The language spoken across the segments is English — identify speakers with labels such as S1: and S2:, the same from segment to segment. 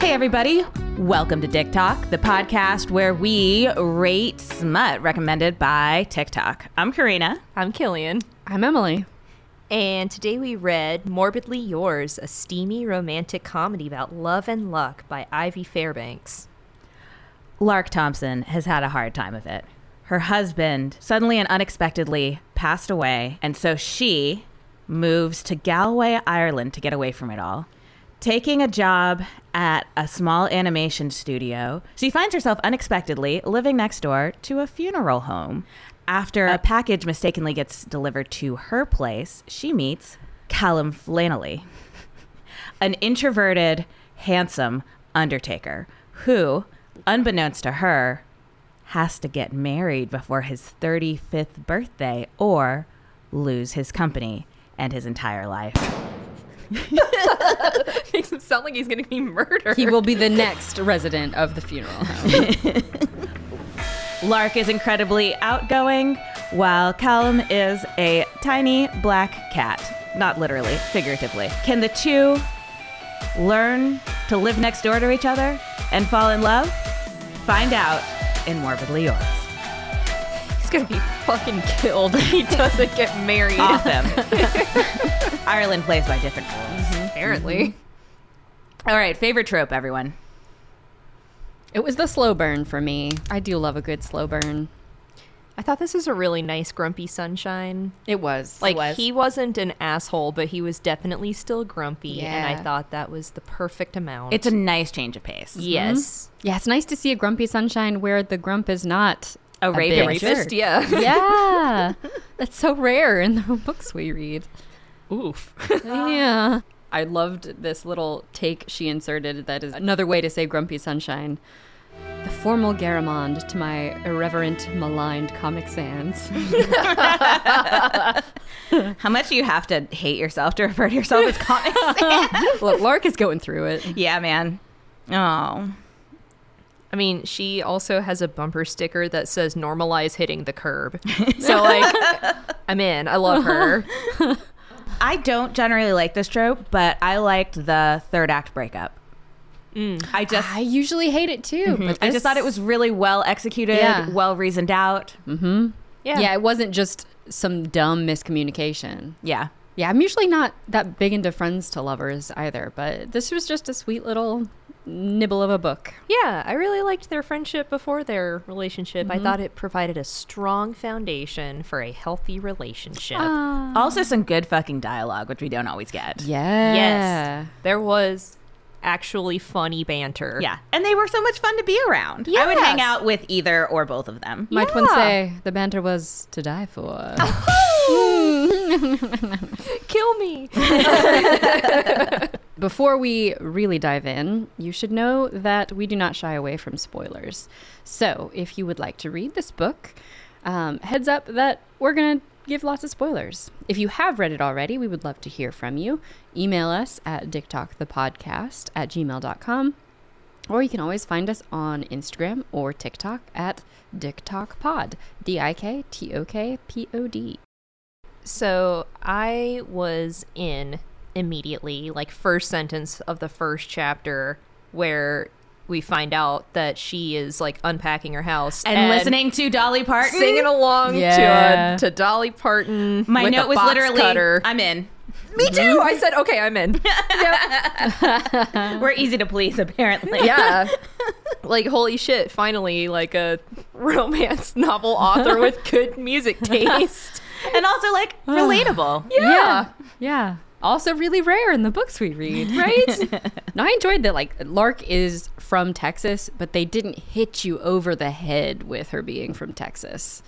S1: Hey, everybody. Welcome to Dick Talk, the podcast where we rate smut recommended by TikTok. I'm Karina.
S2: I'm Killian.
S3: I'm Emily.
S2: And today we read Morbidly Yours, a steamy romantic comedy about love and luck by Ivy Fairbanks.
S1: Lark Thompson has had a hard time of it. Her husband suddenly and unexpectedly passed away, and so she moves to Galway, Ireland to get away from it all. Taking a job at a small animation studio, she finds herself unexpectedly living next door to a funeral home. After a package mistakenly gets delivered to her place, she meets Callum Flannelly an introverted, handsome undertaker who, unbeknownst to her, has to get married before his 35th birthday or lose his company and his entire life.
S2: Makes him sound like he's going to be murdered.
S3: He will be the next resident of the funeral home.
S1: Lark is incredibly outgoing, while Callum is a tiny black cat. Not literally, figuratively. Can the two learn to live next door to each other and fall in love? Find out in Morbidly Yours.
S2: He's going to be fucking killed if he doesn't get married.
S1: Awesome. Ireland plays by different rules.
S2: Apparently.
S1: Mm-hmm. All right, favorite trope, everyone.
S3: it was the slow burn for me. I do love a good slow burn.
S2: I thought this was a really nice grumpy sunshine.
S3: It was
S2: Like he wasn't an asshole, but he was definitely still grumpy, and I
S3: Yeah.
S2: thought that was the perfect amount.
S1: It's a nice change of pace.
S2: yes,
S3: Yeah, it's nice to see a grumpy sunshine where the grump is not
S1: A
S3: big
S1: raping
S3: jerk.
S1: rapist,
S2: yeah.
S3: yeah, that's so rare in the books we read.
S2: Oof.
S3: Yeah. I loved this little take she inserted that is another way to say grumpy sunshine. The formal Garamond to my irreverent, maligned Comic Sans.
S1: How much do you have to hate yourself to refer to yourself as comic?
S3: Look, Lark is going through it.
S1: yeah, man. Oh.
S2: I mean, she also has a bumper sticker that says normalize hitting the curb. So like I'm in. I love her.
S1: I don't generally like this trope, but I liked the third act breakup. I just
S3: I usually hate it too, but
S1: I
S3: this-
S1: just thought it was really well executed,
S3: Yeah.
S1: well reasoned out.
S3: Yeah. it wasn't just some dumb miscommunication.
S1: Yeah.
S3: Yeah, I'm usually not that big into friends to lovers either, but this was just a sweet little nibble of a book.
S2: Yeah, I really liked their friendship before their relationship.
S1: Mm-hmm.
S2: I thought it provided a strong foundation for a healthy relationship.
S1: Uh. Also some good fucking dialogue, which we don't always get.
S3: Yeah.
S2: Yes. There was actually funny banter.
S1: Yeah. And they were so much fun to be around. I would hang
S2: Yes.
S1: out with either or both of them.
S3: Might one
S2: Yeah.
S3: say the banter was to die for.
S2: Kill me.
S3: Before we really dive in, you should know that we do not shy away from spoilers. So, if you would like to read this book, um, heads up that we're going to give lots of spoilers. If you have read it already, we would love to hear from you. Email us at dicktalkthepodcast at gmail.com, or you can always find us on Instagram or TikTok at dicktalkpod, D I K T O K P O D.
S2: So I was in immediately, like first sentence of the first chapter, where we find out that she is like unpacking her house
S1: And, listening to Dolly Parton.
S2: singing along
S3: Yeah.
S2: to uh, to Dolly Parton.
S1: My
S2: with
S1: note
S2: a
S1: was
S2: box
S1: literally
S2: cutter.
S1: I'm in.
S2: me too. I said, okay, I'm in. Oh.
S1: We're easy to please apparently.
S2: yeah. Like holy shit! Finally, like a romance novel author with good music taste.
S1: And also like relatable.
S3: Yeah. Yeah. Also really rare in the books we read, right? no, I enjoyed that like Lark is from Texas, but they didn't hit you over the head with her being from Texas.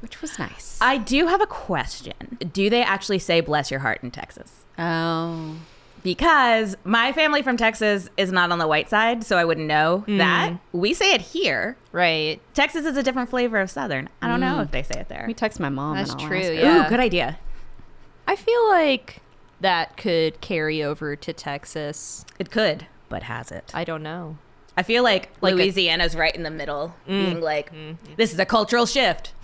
S3: Which was nice.
S1: I do have a question. Do they actually say bless your heart in Texas?
S3: Oh.
S1: Because my family from Texas is not on the white side, so I wouldn't know
S2: Hmm.
S1: that. We say it here.
S2: Right.
S1: Texas is a different flavor of Southern. I don't know if they say it there.
S3: We text my mom.
S2: That's
S3: and I'll
S2: true,
S3: ask her.
S2: Hmm. yeah.
S1: Ooh, good idea.
S2: I feel like that could carry over to Texas.
S1: It could, but has it?
S2: I don't know.
S1: I feel like,
S2: Like a-
S1: Louisiana's right in the middle, being like, this is a cultural shift.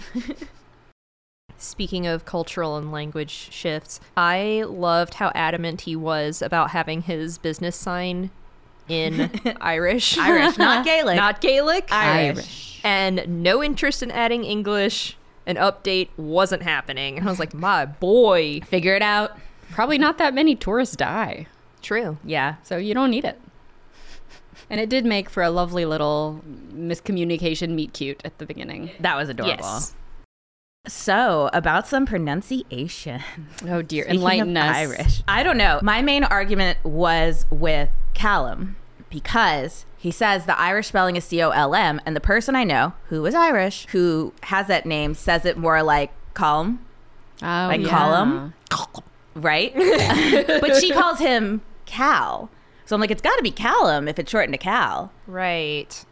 S2: Speaking of cultural and language shifts, I loved how adamant he was about having his business sign in Irish.
S1: Irish, not Gaelic.
S2: Not Gaelic.
S1: Irish.
S2: And no interest in adding English. An update wasn't happening. And I was like, my boy.
S1: Figure it out.
S3: Probably not that many tourists die,
S2: True.
S1: Yeah.
S3: so you don't need it. And it did make for a lovely little miscommunication meet cute at the beginning.
S1: That was adorable.
S2: Yes.
S1: So, about some pronunciation.
S3: Oh dear,
S1: Speaking of
S3: enlighten us.
S1: Irish. I don't know. My main argument was with Callum because he says the Irish spelling is C O L M, and the person I know who is Irish who has that name says it more like Colm,
S3: Oh,
S1: like
S3: yeah.
S1: Colum, right? but she calls him Cal. So I'm like, it's got to be Callum if it's shortened to Cal.
S2: Right.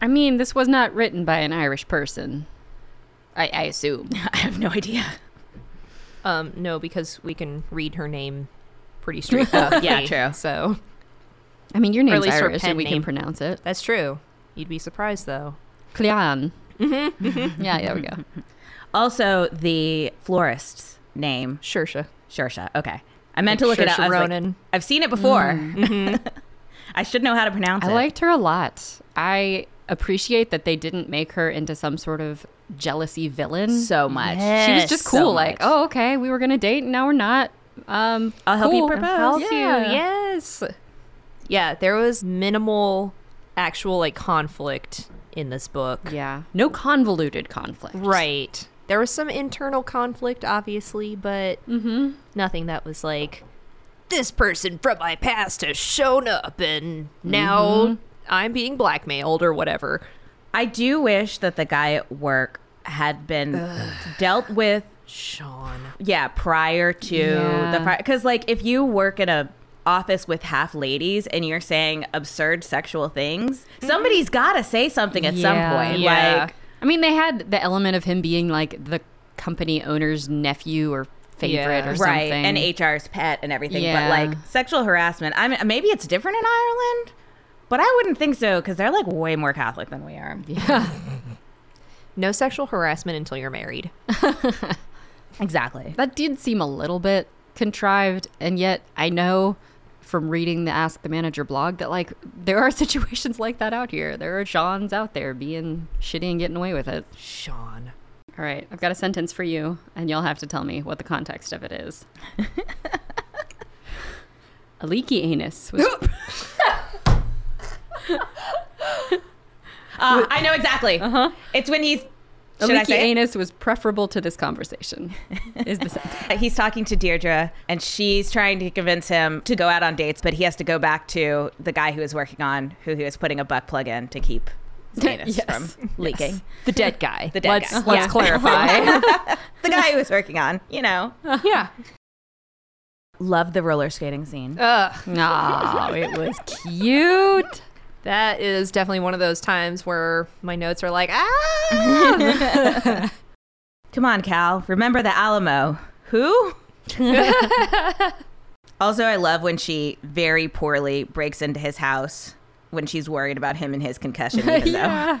S3: I mean, this was not written by an Irish person. I, I assume.
S1: I have no idea.
S2: Um, no, because we can read her name pretty straightforwardly.
S1: true.
S2: So
S3: I mean, your
S2: at
S3: name's
S2: least her
S3: Irish,
S2: pen
S3: and we can
S2: name.
S3: pronounce it.
S2: that's true. You'd be surprised though.
S3: Cleon. yeah, there we go.
S1: Also, the florist's name,
S2: Shersha.
S1: Shersha. Okay. I meant to look it up.
S2: Saoirse
S1: I was like,
S2: Ronan.
S1: I've seen it before. I should know how to pronounce
S3: I
S1: it.
S3: liked her a lot. I appreciate that they didn't make her into some sort of jealousy villain.
S1: so much.
S3: she was just
S1: So
S3: cool. like,
S1: much.
S3: oh, okay, we were gonna date, and now we're not. Um,
S1: I'll help you
S3: cool.
S1: propose.
S2: Help you,
S3: Yeah.
S2: Yes. Yeah, there was minimal actual like conflict in this book.
S3: Yeah, no convoluted conflict.
S2: Right. There was some internal conflict, obviously, but nothing that was like this person from my past has shown up and now I'm being blackmailed or whatever.
S1: I do wish that the guy at work had been dealt with,
S2: Sean.
S1: yeah, prior to the
S3: Yeah.
S1: fire. Because, like, if you work in a office with half ladies and you're saying absurd sexual things, somebody's got to say something at some point.
S2: Yeah.
S1: Like,
S3: I mean, they had the element of him being like the company owner's nephew or favorite
S2: Yeah.
S3: or something.
S1: right, and HR's pet and everything.
S3: Yeah.
S1: But, like, sexual harassment, I mean, maybe it's different in Ireland, but I wouldn't think so because they're, like, way more Catholic than we are.
S2: No sexual harassment until you're married.
S1: Exactly.
S3: That did seem a little bit contrived, and yet I know from reading the Ask the Manager blog that like there are situations like that out here. There are Johns out there being shitty and getting away with it.
S2: Sean.
S3: All right, I've got a sentence for you, and you'll have to tell me what the context of it is. a leaky anus was
S1: Uh, I know exactly. Uh-huh. It's when he's.
S3: a
S1: Should I
S3: leaky
S1: say it?
S3: anus was preferable to this conversation. Is the sentence.
S1: He's talking to Deirdre, and she's trying to convince him to go out on dates, but he has to go back to the guy who was working on, who he was putting a butt plug in to keep his penis
S3: Yes.
S1: from leaking.
S2: The dead guy.
S1: The dead
S2: let's,
S1: guy.
S2: Let's
S1: Yeah.
S2: clarify.
S1: The guy who was working on, you know.
S2: yeah.
S1: Love the roller skating scene.
S2: Ugh.
S3: Ah, it was cute.
S2: That is definitely one of those times where my notes are like, ah!
S1: Come on, Cal. Remember the Alamo. Who? also, I love when she very poorly breaks into his house when she's worried about him and his concussion, even though
S3: yeah.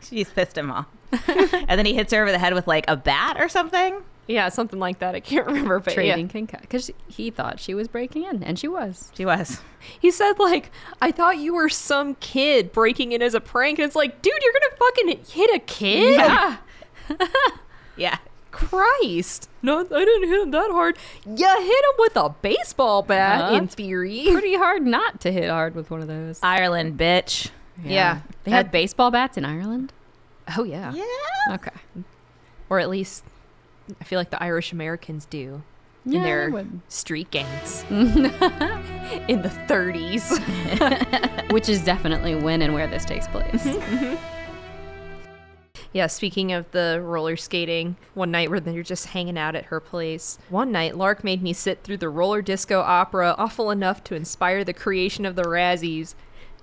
S1: she's pissed him off. and then he hits her over the head with like a bat or something.
S2: yeah, something like that. I can't remember. But yeah.
S3: Trading concussion because he thought she was breaking in, and she was.
S1: She was.
S2: He said, like, I thought you were some kid breaking in as a prank. And it's like, dude, you're going to fucking hit a kid?
S3: Yeah.
S1: Yeah.
S2: Christ. No, I didn't hit him that hard. You hit him with a baseball bat,
S3: Uh-huh.
S2: in theory.
S3: Pretty hard not to hit hard with one of those.
S1: Ireland, bitch.
S2: Yeah.
S3: They had
S2: That-
S3: baseball bats in Ireland.
S2: oh, yeah.
S3: Okay.
S2: Or at least, I feel like the Irish Americans do.
S3: Yeah,
S2: in
S3: I
S2: their
S3: would.
S2: street gangs
S3: Mm-hmm.
S2: in the 30s.
S3: which is definitely when and where this takes place.
S2: Yeah, speaking of the roller skating, one night where they're just hanging out at her place. One night, Lark made me sit through the roller disco opera, awful enough to inspire the creation of the Razzies.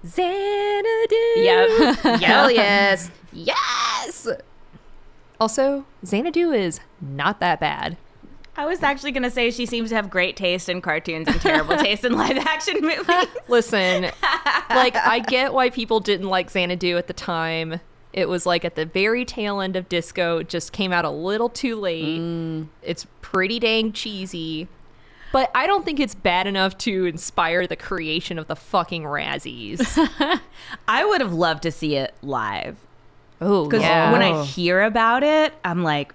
S2: Xanadu!
S1: Yep.
S2: Hell yes! Yes! Also, Xanadu is not that bad.
S1: I was actually going to say she seems to have great taste in cartoons and terrible taste in live action movies.
S2: Listen, like, I get why people didn't like Xanadu at the time. It was like at the very tail end of disco, it just came out a little too late. It's pretty dang cheesy. But I don't think it's bad enough to inspire the creation of the fucking Razzies.
S1: I would have loved to see it live
S2: Oh,
S1: because
S3: Yeah.
S1: when I hear about it, I'm like,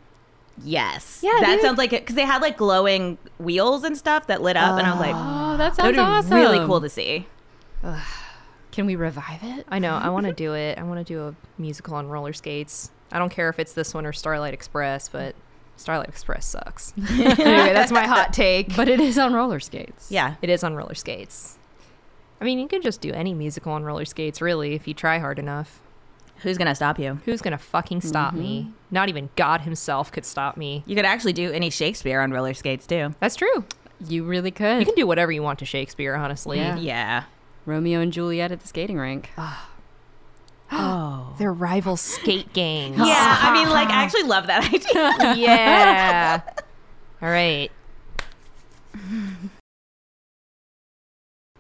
S1: yes,
S2: Yeah,
S1: that
S2: dude.
S1: sounds like it. Because they had like glowing wheels and stuff that lit up, and I was like,
S3: Oh, that
S1: that would
S3: sounds
S1: be
S3: awesome.
S1: really cool to see.
S3: Can we revive it?
S2: I know. I want to do it. I want to do a musical on roller skates. I don't care if it's this one or Starlight Express, but Starlight Express sucks. anyway, that's my hot take.
S3: But it is on roller skates.
S1: Yeah,
S2: it is on roller skates. I mean, you could just do any musical on roller skates, really, if you try hard enough.
S1: who's gonna stop you?
S2: Who's gonna fucking stop
S1: Mm-hmm.
S2: me? Not even God Himself could stop me.
S1: You could actually do any Shakespeare on roller skates too.
S2: That's true.
S3: You really could.
S2: You can do whatever you want to Shakespeare, honestly.
S3: Yeah.
S1: Yeah.
S3: Romeo and Juliet at the skating rink.
S1: Oh.
S2: They're rival skate gangs.
S1: Yeah, I mean, like, I actually love that idea.
S2: yeah. All right.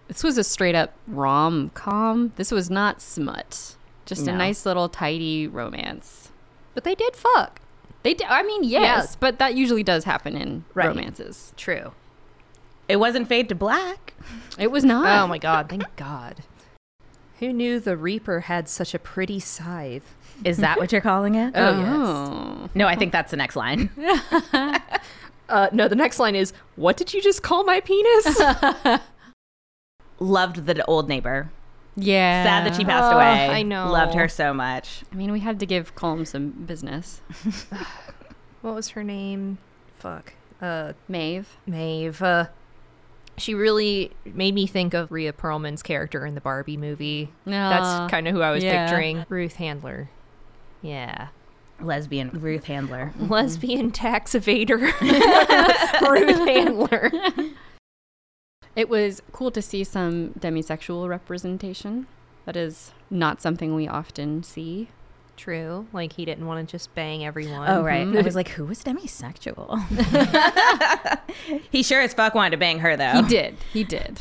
S3: This was a straight up rom com. This was not smut. Just a
S1: No.
S3: nice little tidy romance.
S2: But they did fuck.
S3: They, d- I mean, yes, but that usually does happen in
S2: Right.
S3: romances.
S2: True.
S1: It wasn't fade to black.
S3: It was not.
S2: Oh my god, thank god. Who knew the Reaper had such a pretty scythe?
S1: Is that what you're calling it?
S3: Oh.
S1: No, I think that's the next line.
S2: Uh, no, the next line is, What did you just call my penis?
S1: Loved the old neighbor.
S3: Yeah.
S1: Sad that she passed
S2: Oh,
S1: away.
S2: I know.
S1: Loved her so much.
S3: I mean, we had to give Colm some business.
S2: what was her name? Fuck. Uh,
S3: Maeve.
S2: Maeve. Uh, she really made me think of Rhea Perlman's character in the Barbie movie.
S3: Aw.
S2: That's kind of who I was
S3: yeah.
S2: picturing. Ruth Handler. Yeah.
S1: Lesbian Ruth Handler.
S2: Lesbian tax evader. Ruth Handler.
S3: It was cool to see some demisexual representation. That is not something we often see.
S2: True. Like, he didn't want to just bang everyone.
S1: Oh, right.
S3: Mhm.
S1: I was like, who was demisexual? he sure as fuck wanted to bang her, though.
S3: He did. He did.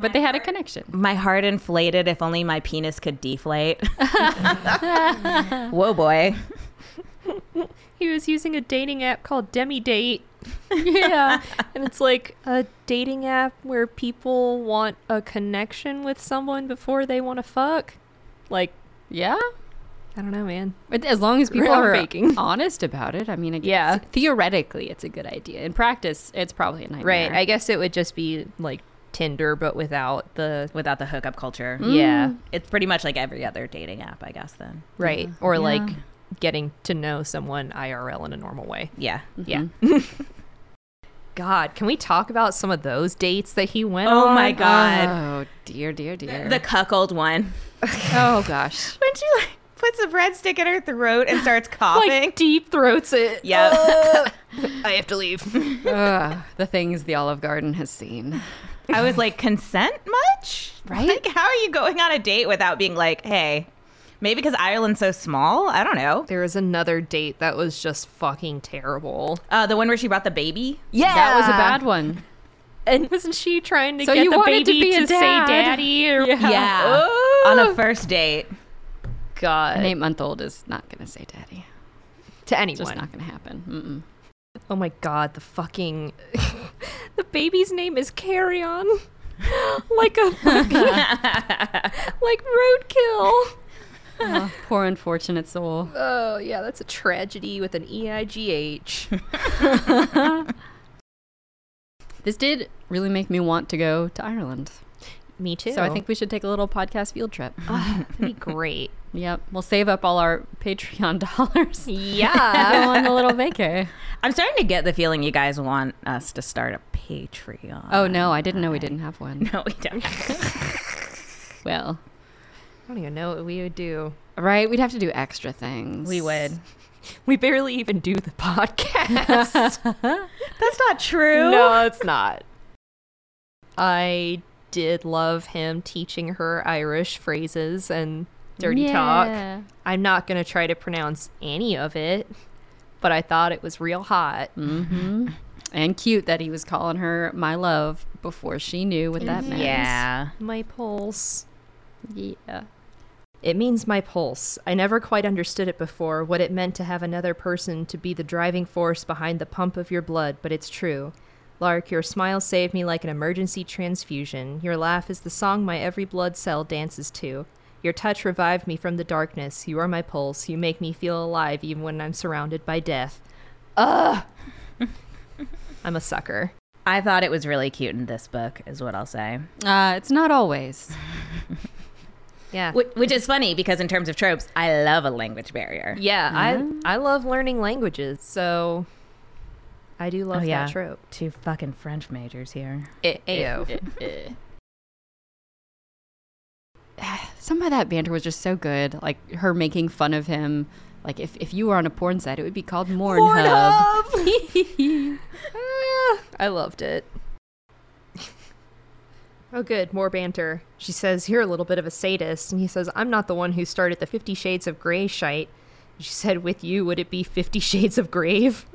S3: But they had a connection.
S1: My heart inflated if only my penis could deflate. Whoa, boy.
S2: He was using a dating app called Demi Date.
S3: yeah.
S2: And it's like a dating app where people want a connection with someone before they want to fuck. Like,
S3: Yeah.
S2: I don't know, man.
S3: But as long as people
S2: Round
S3: are
S2: baking.
S3: honest about it, I mean, I guess
S2: Yeah.
S3: theoretically, it's a good idea. In practice, it's probably a nightmare.
S2: Right. I guess it would just be like Tinder, but without the.
S1: Without the hookup culture.
S2: Yeah.
S1: It's pretty much like every other dating app, I guess, then.
S2: Right. Or like getting to know someone IRL in a normal way.
S1: Yeah.
S3: Mm-hmm.
S2: Yeah. God, can we talk about some of those dates that he went
S1: Oh
S2: on?
S1: my God.
S3: Oh, dear, dear, dear.
S1: the cuckold one.
S3: oh, gosh.
S1: When she like puts a breadstick in her throat and starts coughing.
S2: Like deep throats it.
S1: Yep.
S2: I have to leave.
S3: Ugh, the things the Olive Garden has seen.
S1: I was like, consent much?
S3: Right?
S1: Like, how are you going on a date without being like, hey, maybe because Ireland's so small? I don't know.
S2: There was another date that was just fucking terrible.
S1: Uh, the one where she brought the baby?
S2: Yeah,
S3: That was a bad one.
S2: And wasn't she trying to
S3: So
S2: get
S3: you
S2: the
S3: wanted to
S2: baby
S3: be
S2: to,
S3: a
S2: say
S3: dad.
S2: daddy? Or,
S3: Yeah.
S2: Oh,
S1: On a first date.
S2: god.
S3: An eight month old is not going to say daddy.
S2: to
S3: It's just
S2: anyone.
S3: not going to happen. Mm-mm.
S2: oh my god, the fucking the baby's name is Carrion. like a fucking like roadkill.
S3: Oh, poor unfortunate soul.
S2: Oh yeah, that's a tragedy with an E I G H.
S3: This did really make me want to go to Ireland.
S2: Me too.
S3: So I think we should take a little podcast field trip.
S2: Ah, that'd be great.
S3: Yep. We'll save up all our Patreon dollars. Go
S2: Yeah.
S3: on a little vacay.
S1: I'm starting to get the feeling you guys want us to start a Patreon.
S3: Oh no, I didn't know we didn't have one.
S1: No, we don't.
S3: Well,
S2: I don't even know what we would do.
S3: right, we'd have to do extra things.
S1: we would.
S2: We barely even do the podcast.
S1: That's not true.
S2: No, it's not. I did love him teaching her Irish phrases and dirty talk.
S3: Yeah.
S2: I'm not going to try to pronounce any of it, but I thought it was real hot.
S3: Mm-hmm. And cute that he was calling her my love before she knew what
S1: Mm-hmm.
S3: that meant.
S1: Yeah.
S2: My pulse.
S3: Yeah.
S2: It means my pulse. I never quite understood it before, what it meant to have another person to be the driving force behind the pump of your blood, but it's true. Lark, your smile saved me like an emergency transfusion. Your laugh is the song my every blood cell dances to. Your touch revived me from the darkness. You are my pulse. You make me feel alive even when I'm surrounded by death. Ugh! I'm a sucker.
S1: I thought it was really cute in this book, is what I'll say.
S3: Uh, it's not always.
S2: Yeah.
S1: Which, which is funny because, in terms of tropes, I love a language barrier.
S2: Yeah, I I love learning languages, so I do love
S1: Oh, yeah.
S2: that trope.
S1: Two fucking French majors here.
S2: Ayo.
S3: Eh, Some of that banter was just so good. Like her making fun of him. Like if, if you were on a porn site, it would be called Mornhub.
S2: Pornhub. Ah, I loved it. Oh, good. More banter. She says, You're a little bit of a sadist. And he says, I'm not the one who started the Fifty Shades of Grey shite. She said, With you, would it be Fifty Shades of Grave?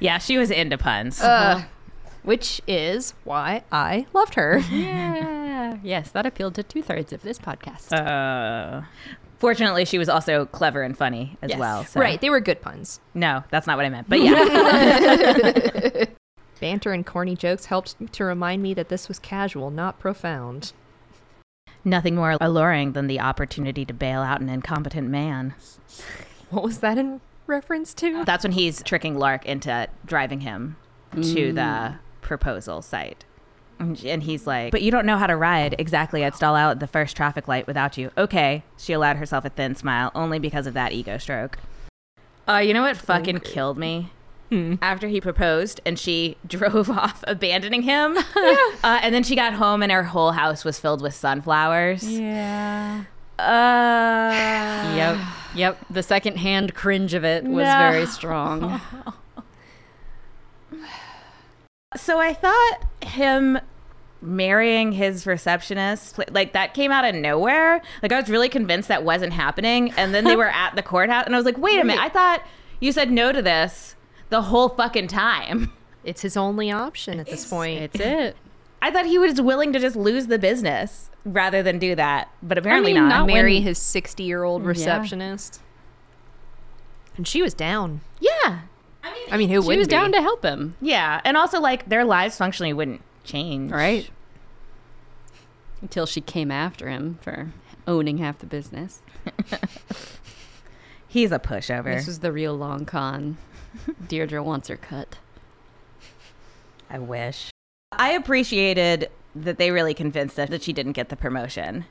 S1: Yeah, she was into puns.
S2: Uh,
S3: Uh-huh.
S2: which is why I loved her.
S3: Yeah. yes, that appealed to two thirds of this podcast.
S1: Uh, fortunately, she was also clever and funny as
S3: Yes.
S1: well. so-
S2: Right. They were good puns.
S1: No, that's not what I meant. But yeah.
S2: Banter and corny jokes helped to remind me that this was casual, not profound.
S1: Nothing more alluring than the opportunity to bail out an incompetent man.
S2: What was that in reference to?
S1: That's when he's tricking Lark into driving him to the proposal site. And and he's like, Mm. But you don't know how to ride. Exactly. I'd stall out at the first traffic light without you. Okay. She allowed herself a thin smile only because of that ego stroke. Uh, you know what fucking killed me? After he proposed and she drove off, abandoning him. uh, and then she got home and her whole house was filled with sunflowers.
S3: yeah.
S1: Uh,
S3: Yep. Yep. The second hand cringe of it was
S1: No.
S3: very strong.
S1: So I thought him marrying his receptionist, like that came out of nowhere. Like I was really convinced that wasn't happening. And then they were at the courthouse, and I was like, wait a minute, I thought you said no to this the whole fucking time.
S2: It's his only option at this point.
S3: it's it.
S1: I thought he was willing to just lose the business rather than do that, but apparently
S3: mean,
S1: not.
S3: not-
S2: marry
S3: when-
S2: his 60 year old receptionist. And she was down.
S1: Yeah.
S2: I mean, who
S3: She
S2: wouldn't
S3: was
S2: be?
S3: down to help him.
S1: Yeah. And also, like, their lives functionally wouldn't change.
S3: Right. Until she came after him for owning half the business.
S1: He's a pushover.
S3: This was the real long con. Deirdre wants her cut.
S1: I wish. I appreciated that they really convinced us that she didn't get the promotion.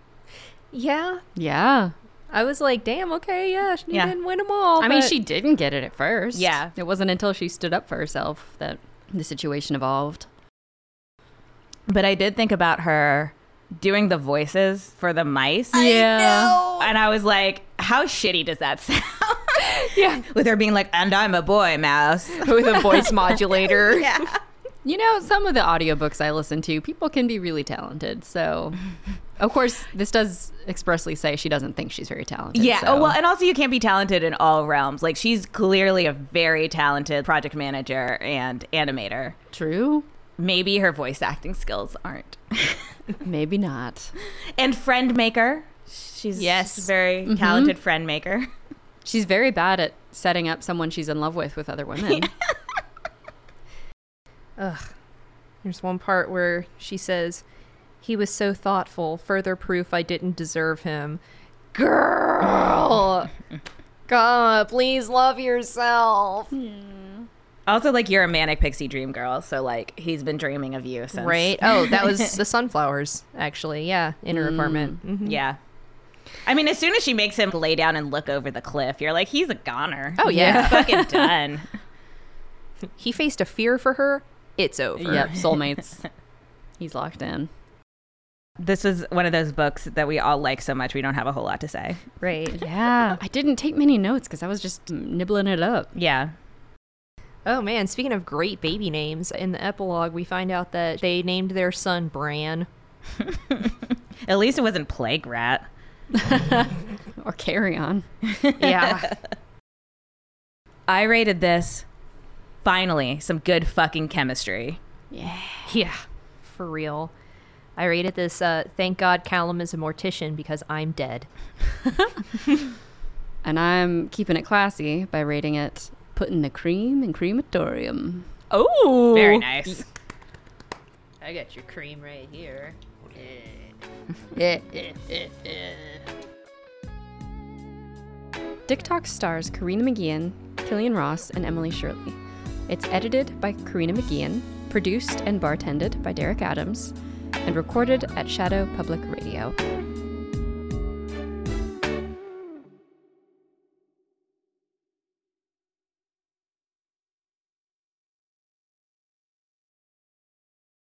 S2: Yeah.
S3: Yeah.
S2: I was like, damn, okay, yeah, she
S1: Yeah.
S2: didn't win them all.
S3: I mean,
S2: but-
S3: she didn't get it at first.
S1: Yeah.
S3: It wasn't until she stood up for herself that the situation evolved.
S1: But I did think about her doing the voices for the mice.
S3: yeah.
S1: And I was like, how shitty does that sound?
S2: Yeah.
S1: With her being like, and I'm a boy mouse.
S2: with a voice modulator.
S1: Yeah.
S3: You know, some of the audiobooks I listen to, people can be really talented. So, of course, this does expressly say she doesn't think she's very talented.
S1: Yeah.
S3: so-
S1: Oh, well, and also you can't be talented in all realms. Like she's clearly a very talented project manager and animator.
S3: true.
S1: Maybe her voice acting skills aren't.
S3: Maybe not.
S1: and friend maker. She's
S2: Yes.
S1: she's a very talented friend maker.
S3: She's very bad at setting up someone she's in love with with other women.
S2: There's one part where she says, he was so thoughtful, further proof I didn't deserve him. Girl! God, please love yourself.
S3: Hmm.
S1: Also, like you're a manic pixie dream girl, so like he's been dreaming of you since.
S2: Right? Oh, that was the sunflowers, actually. Yeah, in her apartment.
S3: Hmm.
S2: Mhm.
S1: Yeah. I mean, as soon as she makes him lay down and look over the cliff, you're like, he's a goner.
S2: Oh, yeah.
S1: He's fucking done.
S2: He faced a fear for her. It's over.
S3: yep, soulmates. He's locked in.
S1: This was one of those books that we all like so much we don't have a whole lot to say.
S2: Right.
S3: Yeah. I didn't take many notes because I was just nibbling it up.
S1: Yeah.
S2: Oh man, speaking of great baby names, in the epilogue we find out that they named their son Bran.
S1: At least it wasn't Plague Rat.
S3: Or carry on.
S2: Yeah.
S1: I rated this finally some good fucking chemistry.
S2: yeah. For real. I rated this uh, thank God Callum is a mortician because I'm dead.
S3: And I'm keeping it classy by rating it putting the cream in crematorium.
S2: Oh,
S1: Very nice.
S2: I got your cream right here.
S3: Dick Talk stars Karina McGeehan, Killian Ross, and Emily Shirley. It's edited by Karina McGeehan, produced and bartended by Derek Adams, and recorded at Shadow Public Radio.